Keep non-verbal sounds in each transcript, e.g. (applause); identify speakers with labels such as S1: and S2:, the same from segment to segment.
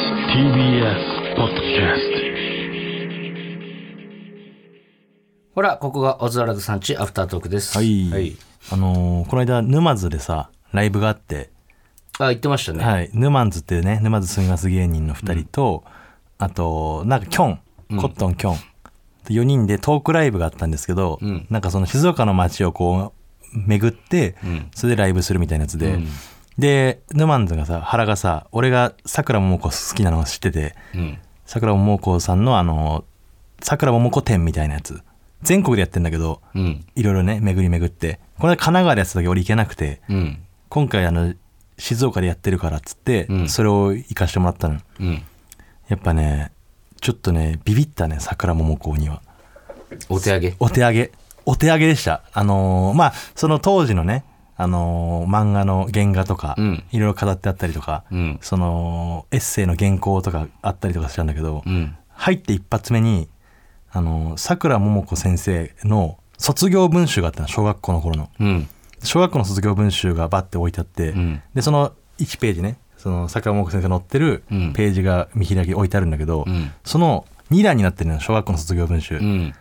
S1: TBS ポッドキャス
S2: ほら、ここがオズワルドさんちアフタートークです。
S3: はい。あのーこの間、沼津でさ、ライブがあって、
S2: あ、言ってましたね。
S3: はい。沼津っていうね、沼津住みます芸人の2人と、あと、なんか、キョン、コットンキョン。4人でトークライブがあったんですけど、
S2: ん
S3: なんかその静岡の街をこう、巡って、それでライブするみたいなやつで、で、沼津がさ、原がさ、俺が桜桃子好きなのを知ってて、
S2: うん。
S3: 桜桃子さんのあの、桜桃子店みたいなやつ。全国でやってんだけど、
S2: うん。
S3: いろいろね巡り巡ってこの間神奈川でやってた時俺行けなくて
S2: うん。
S3: 今回あの静岡でやってるからっつって、
S2: うん
S3: それを行かしてもらったの
S2: うん。
S3: やっぱねちょっとねビビったね桜桃子には
S2: お手上げ。
S3: お手上げお手上げでしたあのーまあその当時のねあのー漫画の原画とか、
S2: うん
S3: いろいろ飾ってあったりとか、
S2: うん
S3: そのエッセイの原稿とかあったりとかしたんだけど、
S2: うん。
S3: 入って一発目にあのー桜桃子先生の卒業文集があったの小学校の頃の
S2: うん。
S3: 小学校の卒業文集がバッて置いてあって、
S2: うん
S3: でその1ページねその坂本先生が載ってる
S2: うん
S3: ページが見開き置いてあるんだけど、
S2: うん
S3: その2段になってるのよ小学校の卒業文集、
S2: うん。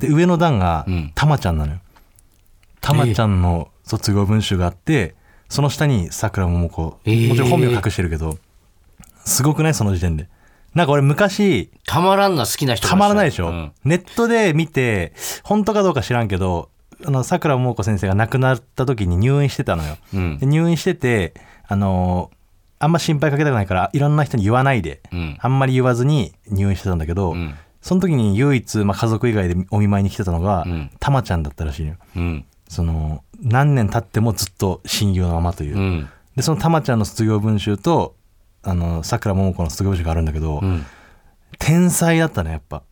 S3: で上の段が
S2: うん
S3: たまちゃんなのよたまちゃんの卒業文集があってその下にさくらももこ
S2: えー
S3: もちろん本名隠してるけど、すごくないその時点でなんか俺昔
S2: たまらんな、好きな人が
S3: たまらないでしょ、
S2: うん
S3: ネットで見て本当かどうか知らんけどあのさくらももこ先生が亡くなった時に入院してたのよ、
S2: うん
S3: で入院しててあのーあんま心配かけたくないからいろんな人に言わないで、
S2: うん
S3: あんまり言わずに入院してたんだけど、
S2: うん
S3: その時に唯一、まあ、家族以外でお見舞いに来てたのが、
S2: うん
S3: たまちゃんだったらしいのよ
S2: うん。
S3: その何年経ってもずっと親友のままという、
S2: うん。
S3: でそのたまちゃんの卒業文集とあのさくらももこの卒業文集があるんだけど、
S2: うん。
S3: 天才だったねやっぱ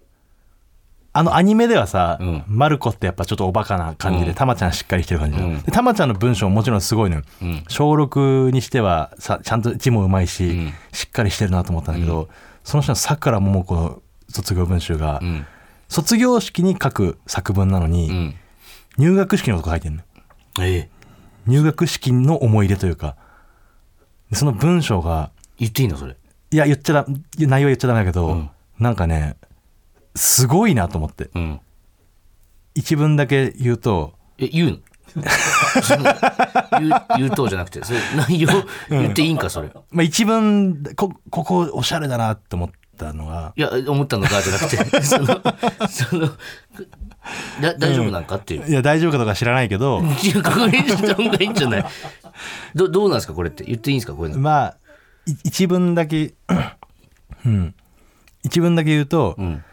S3: あのアニメではさ、
S2: うん
S3: マルコってやっぱちょっとおバカな感じで、
S2: うん
S3: たまちゃんしっかりしてる感じじゃん
S2: うん
S3: でたまちゃんの文章ももちろんすごいのよ、
S2: うん。
S3: 小6にしてはさちゃんと字もうまいし、
S2: うん
S3: しっかりしてるなと思ったんだけど、その人のさくらももこの卒業文集が、
S2: うん。
S3: 卒業式に書く作文なのに、
S2: うん。
S3: 入学式のこと書いてんの
S2: ええ。
S3: 入学式の思い出というかでその文章が
S2: 言っていいのそれ。
S3: いや言っちゃだ内容言っちゃダメだけど、
S2: うん
S3: なんかねすごいなと思って
S2: うん。
S3: 一文だけ言うと
S2: え、言うの (laughs) その言う、言うとうじゃなくて、それ、内容、言っていいんか、それ。
S3: まあ、一文こここおしゃれだなと思ったのが
S2: いや、思ったのか、じゃなくて、 (laughs) その、その、だ大丈夫なんかっていう。
S3: いや大丈夫かどうか知らないけど
S2: いや確認した方がいいんじゃないどどうなんですかこれって言っていいんですかこういうの
S3: まあい一文だけ (clears throat) うん一文だけ言うと、
S2: ん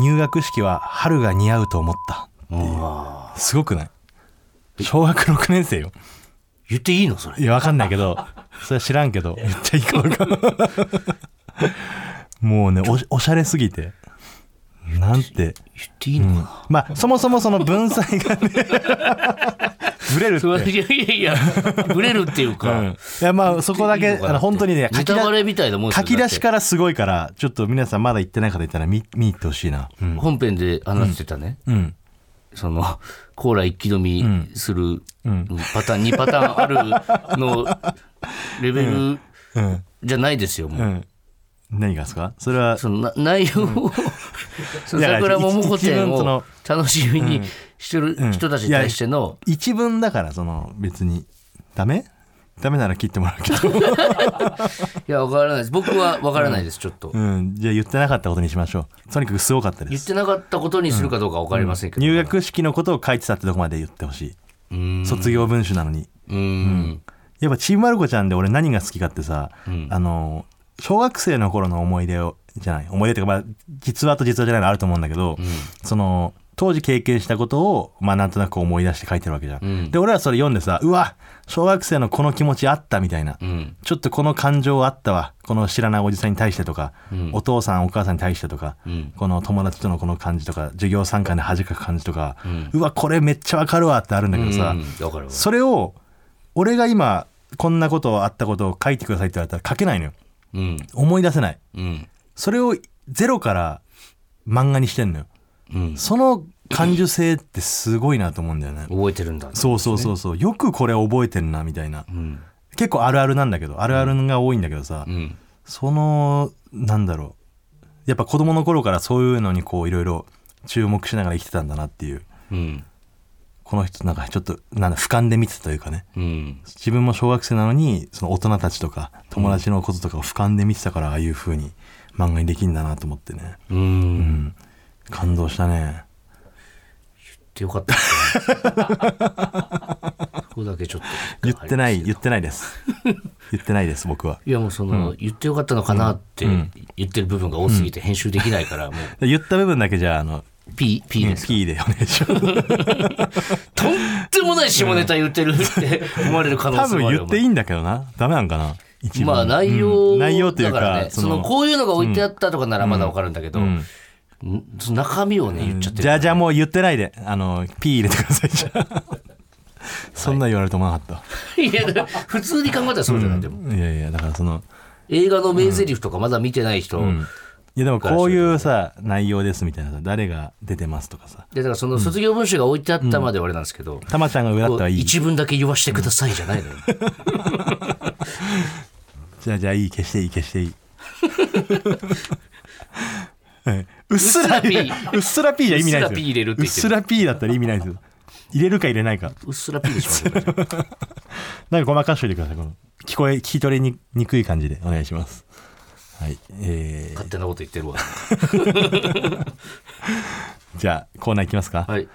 S3: 入学式は春が似合うと思ったすごくない小学6年生よ
S2: 言っていいのそれ
S3: いやわかんないけ
S2: (laughs)
S3: どそれは知らんけどめっちゃいい (laughs) かどうかもうねおしおしゃれすぎてなんて
S2: 言っていいのかな、
S3: まあそもそもその文才
S2: (laughs)
S3: がねずれるって
S2: それ (laughs) いやいやいやぶれるっていうか、
S3: うんいやまあそこだ
S2: いい
S3: け
S2: のかな
S3: あの本当にね
S2: ネタバレみたいなもんです
S3: 書
S2: よ
S3: き出し
S2: だっ
S3: からすごいからちょっと皆さんまだ行ってない方いたら見見に行ってほしいなう
S2: て
S3: ん、
S2: 本編で話してたね、
S3: うん、
S2: そのコーラ一気飲みする、パターン2パターンある
S3: (laughs)
S2: のレベル
S3: うん
S2: じゃないですよもう、
S3: うん何がですかそれは
S2: そのな内容を、 (laughs) その
S3: いや
S2: 桜桃子店
S3: 一文そ
S2: を
S3: の
S2: 楽しみにしてる人たちに対しての、
S3: 一文だからその別にダメダメなら切ってもらうけど、
S2: いや、わからないです。僕はわからないです、ちょっと。
S3: (laughs) うん、じゃあ言ってなかったことにしましょうとにかくすごかったで
S2: 言っ
S3: す
S2: てなかったことにするかどうかわかりませんけど。
S3: 入学式のことを書いてたってとこまで言ってほし
S2: う
S3: い
S2: ん。
S3: 卒業文集なのに
S2: うん。
S3: やっぱちーまる子ちゃんで俺何が好きかってさ、あの小学生の頃の思い出をじゃない思い出っていうか、まあ、実話と実話じゃないのあると思うんだけど、その当時経験したことを、まあ、なんとなく思い出して書いてるわけじゃん、
S2: うん
S3: で俺らそれ読んでさうわ小学生のこの気持ちあったみたいな、
S2: うん。
S3: ちょっとこの感情あったわこの知らないおじさんに対してとか、
S2: うん
S3: お父さんお母さんに対してとか、
S2: うん
S3: この友達とのこの感じとか授業参観で恥かく感じとか、うわこれめっちゃわかるわってあるんだけど
S2: う
S3: さ、
S2: んわかるわ。
S3: それを俺が今こんなことあったことを書いてくださいって言われたら書けないのよ
S2: うん。
S3: 思い出せない
S2: うん。
S3: それをゼロから漫画にしてんのよ
S2: うん。
S3: その感受性ってすごいなと思うんだよね
S2: 覚えてるんだ。
S3: そうそうそうそうよくこれ覚えてんなみたいな
S2: うん。
S3: 結構あるあるなんだけどあるあるが多いんだけどさ、
S2: うん
S3: そのなんだろうやっぱ子供の頃からそういうのにこういろいろ注目しながら生きてたんだなっていう
S2: うん
S3: この人なんかちょっとなんだ俯瞰で見てたというかね
S2: うん
S3: 自分も小学生なのにその大人たちとか友達のこととかを俯瞰で見てたからああいう風に漫画にできるんだなと思ってね、
S2: う
S3: うんん、感動したね
S2: ってよかった (laughs) ですねそこだけちょっと
S3: 言ってない言ってないです (laughs) 言ってないです僕はい
S2: やもうその、言ってよかったのかなって
S3: うん
S2: 言ってる部分が多すぎて編集できないから、もう
S3: 言った部分だけじゃああの
S2: P, P ですか、
S3: P でお願いし
S2: (laughs)
S3: ます
S2: とんでもない下ネタ言ってるって思われる可能
S3: 多
S2: 性
S3: 分
S2: もある
S3: 言
S2: よ
S3: っていいんだけどなダメなんかな一番
S2: まあ内容、
S3: うん内容というか
S2: だらね、
S3: そ
S2: そ
S3: の
S2: のこういうのが置いてあったとかならまだわかるんだけど、
S3: うん
S2: んその中身をね言っちゃってる
S3: じゃあじゃあもう言ってないであの P 入れてくだ
S2: (laughs)
S3: さいじゃあそんな言われると思わなかっ
S2: いやだから普通に考えたらそうじゃない、でも
S3: たいやいやだからその
S2: 映画の名台詞とかまだ見てない人、
S3: いやでもこういうさ内容ですみたいなさ誰が出てますとかさ
S2: でだからその卒業文集が置いてあったまではあれなんですけど、
S3: たまちゃんが上だったらいいじ
S2: 一文だけ言わしてくださいじゃないのよ、
S3: ゃあじゃあいい消していい
S2: (laughs)
S3: 消していいはいうっすら
S2: うっすら P
S3: うっすら P じゃ意味ないで
S2: う
S3: すよ
S2: っすら P 入れるって言
S3: うっ
S2: ってる
S3: すら P だったら意味ないですよ入れるか入れないか
S2: うっすら P でしょ
S3: なんかごまかしといてくださいこの聞こえ聞き取りににくい感じでお願いしますはいえ
S2: 勝手なこと言ってるわ
S3: ー、じゃあコーナーいきますか
S2: はい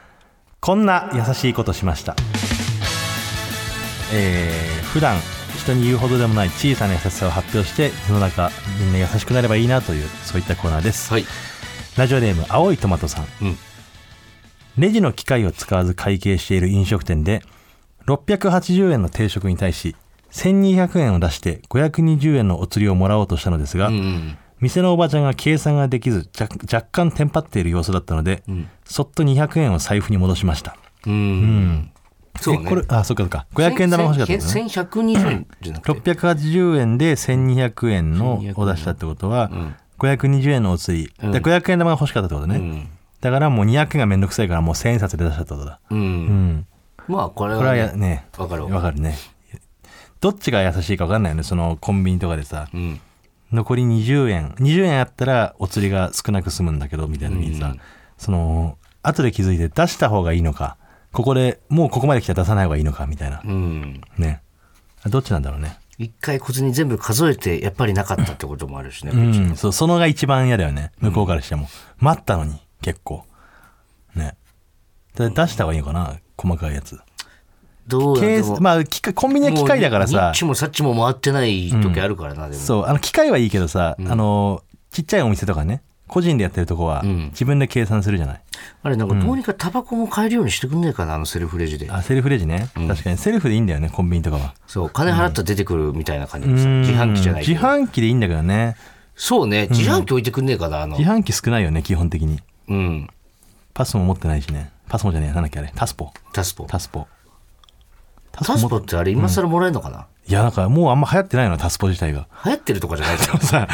S3: こんな優しいことしました、えー普段人に言うほどでもない小さな優しさを発表して世の中みんな優しくなればいいなというそういったコーナーです、
S2: はい
S3: ラジオネーム青いトマトさん、
S2: うん
S3: レジの機械を使わず会計している飲食店で680円の定食に対し1200円を出して520円のお釣りをもらおうとしたのですが、
S2: うんうん
S3: 店のおばちゃんが計算ができず若若干テンパっている様子だったので、
S2: ん
S3: そっと200円を財布に戻しました
S2: うん、そう
S3: え
S2: ね
S3: これあそっかそっか500円玉欲しかったんですね
S2: 1120円じゃなくて
S3: 680円で1200円のを出したってことは、520円のお釣り、
S2: ん
S3: で500円玉が欲しかったってことね、
S2: うん
S3: だからもう200円がめんどくさいからもう1000円札で出したってことだ
S2: うん、
S3: うん
S2: まあこれ
S3: これ
S2: は
S3: は
S2: ね
S3: やね
S2: わかるわ
S3: わかるねどっちが優しいか分かんないよねそのコンビニとかでさ
S2: うん
S3: 残り20円20円あったらお釣りが少なく済むんだけどみたいなのにさ、
S2: うん
S3: その後で気づいて出した方がいいのかここでもうここまで来たら出さない方がいいのかみたいな
S2: うん
S3: ねどっちなんだろうね
S2: 一回小銭全部数えてやっぱりなかったってこともあるしね、
S3: うんそうそのが一番嫌だよね向こうからしても、待ったのに結構ねで出した方がいいのかな細かいやつ
S2: どう
S3: ケ
S2: や
S3: ー
S2: っても
S3: スまあ機械コンビニは機械だから
S2: もう
S3: さ
S2: ニッチもサッチも回ってない時あるからな、でも
S3: そうあの機械はいいけどさ、あのちっちゃいお店とかね個人でやってるとこは、
S2: ん
S3: 自分で計算するじゃない
S2: あれなんかどうにかタバコも買えるようにしてくんねえかなあのセルフレジで
S3: あセルフレジね、確かにセルフでいいんだよねコンビニとかは
S2: そう金払ったら出てくるみたいな感じ
S3: う
S2: でさ
S3: ん
S2: 自販機じゃないけ
S3: 自
S2: ど
S3: 販機でいいんだけどね
S2: そうね自販機置いてくんねえかなあの
S3: 自販機少ないよね基本的に
S2: うん
S3: パスも持ってないしねパスもじゃねえなんだっけあれタスポ
S2: タスポ
S3: タスポタ
S2: タスポってあれ今更もらえるのかな、
S3: いや、なんかもうあんま流行ってないの、タスポ自体が。
S2: 流行ってるとかじゃないじゃん
S3: さ、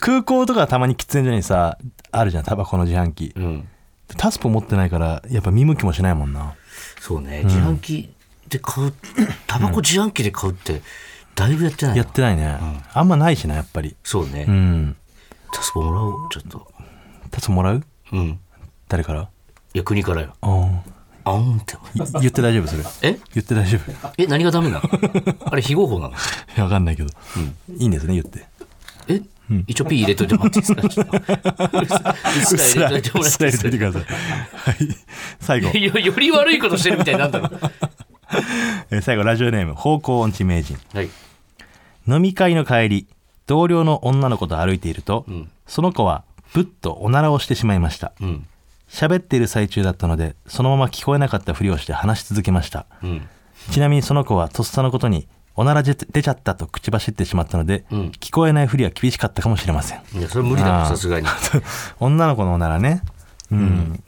S3: 空港とかたまに喫煙所にさ、あるじゃん、タバコの自販機。
S2: うん
S3: タスポ持ってないから、やっぱ見向きもしないもんな。
S2: そうね自販機で買う、タバコ自販機で買うってだいぶやってない
S3: や
S2: な
S3: ってないね。あんまないしな、やっぱり。
S2: そうね、
S3: うん。
S2: タスポもらおうちょっと
S3: タスポもらう
S2: うんい
S3: 誰から
S2: や国からよ
S3: あん。
S2: あんって
S3: い言って大丈夫、それ。
S2: え
S3: 言って大丈夫。い
S2: え何がダメ (laughs) なのあれ非合法なの
S3: や、わかんないけど。いいんですね、言って。
S2: え、一応 P 入れといてもらってい (laughs) いですかうっ
S3: うっ
S2: す
S3: す
S2: ら入
S3: ら、
S2: (laughs) れ
S3: うっ
S2: といてもらっ
S3: す
S2: てい
S3: ら
S2: いです
S3: 入れと
S2: か
S3: いてください。はい。最後。
S2: いやより悪いことしてるみたいになんだろう
S3: えー最後、ラジオネーム、方向音痴名人。
S2: はい
S3: 飲み会の帰り同僚の女の子と歩いていると、
S2: ん
S3: その子はぶっとおならをしてしまいました
S2: うん
S3: 喋っている最中だったのでそのまま聞こえなかったふりをして話し続けました
S2: うん
S3: ちなみにその子はとっさのことにおならじゃ出ちゃったと口走ってしまったので、
S2: うん
S3: 聞こえないふりは厳しかったかもしれません
S2: いやそれ無理だ
S3: あ
S2: ろ
S3: ー
S2: さす (laughs) がに
S3: 女の子のおならねうん、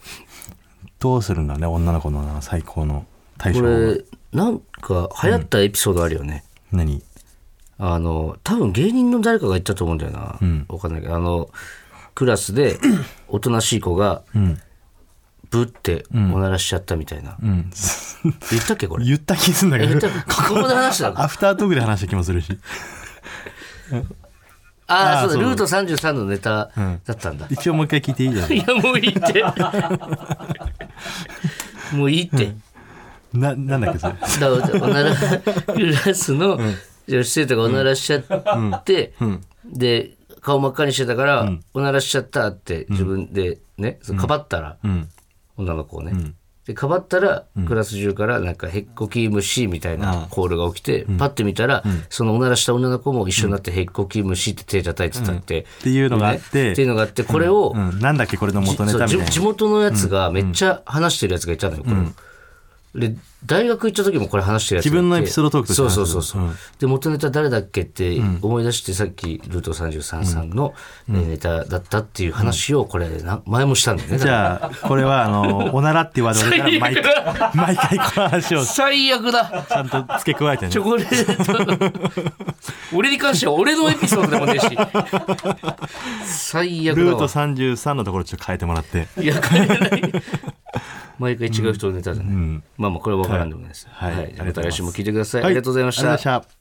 S3: どうするんだろうね女の子のおなら最高の対
S2: こ
S3: 処法は
S2: れなんか流行ったエピソードあるよね、
S3: 何
S2: あの多分芸人の誰かが言ったと思うんだよな、
S3: ん
S2: (clears throat) わかんないけどあのクラスでおとなしい子が
S3: うん
S2: ブっておならしちゃったみたいな、
S3: うん、
S2: 言ったっけこれ
S3: 言った気すんだけ
S2: え
S3: ど
S2: 言ったここで話したの
S3: アフタートークで話した気もするし
S2: あ
S3: あ
S2: あ
S3: ー
S2: そうだル
S3: そ
S2: ー
S3: う
S2: ト33のネタ
S3: ん
S2: だったんだ、
S3: 一応もう一回聞いていいじゃん
S2: いやもういいって (laughs) もういいって、
S3: ななんだっけそれ
S2: だからおならグラスの女子生徒がおならしちゃって、で顔真っ赤にしてたから、おならしちゃったって自分でね、そうかばったら、
S3: ん
S2: 女の子をね、でかばったら、クラス中からなんかへっこき虫みたい
S3: あ
S2: なコールが起きて、パッて見たら、そのおならした女の子も一緒になってへっこき虫って手叩いてたって、
S3: っていうのがあっ
S2: ねってい
S3: て、
S2: うのがあってこれを、
S3: うん、なんだっけこれの元ネタみた
S2: じ
S3: い
S2: そう
S3: な
S2: 地地元のやつがめっちゃ話してるやつがいたのよ、これで大学行った時もこれ話してるやつがいて
S3: 自分のエピソードトークとして
S2: そう
S3: 話して
S2: そう
S3: る
S2: そうそう、で元ネタ誰だっけって思い出してさっきルート33さんのえーネタだったっていう話をこれな前もしたんだよね
S3: じゃあこれはあのおならってワード
S2: (laughs)
S3: が出たら毎回毎回この話をち
S2: 最悪だ
S3: ゃんと付け加えてね
S2: チョコレー
S3: (laughs)
S2: ト俺に関しては俺のエピソードでもねえし
S3: (laughs)
S2: 最悪だわ
S3: ルート33のところちょっと変えてもらって
S2: いや、変え
S3: (laughs)
S2: ない。毎回違う人のネタだね。まあまあ、これは分からんでもないです。
S3: はい
S2: は
S3: はい
S2: い。ま
S3: あり
S2: た
S3: がとうございます
S2: 来週も聞いてください。ありがとうございました
S3: ありがとうございました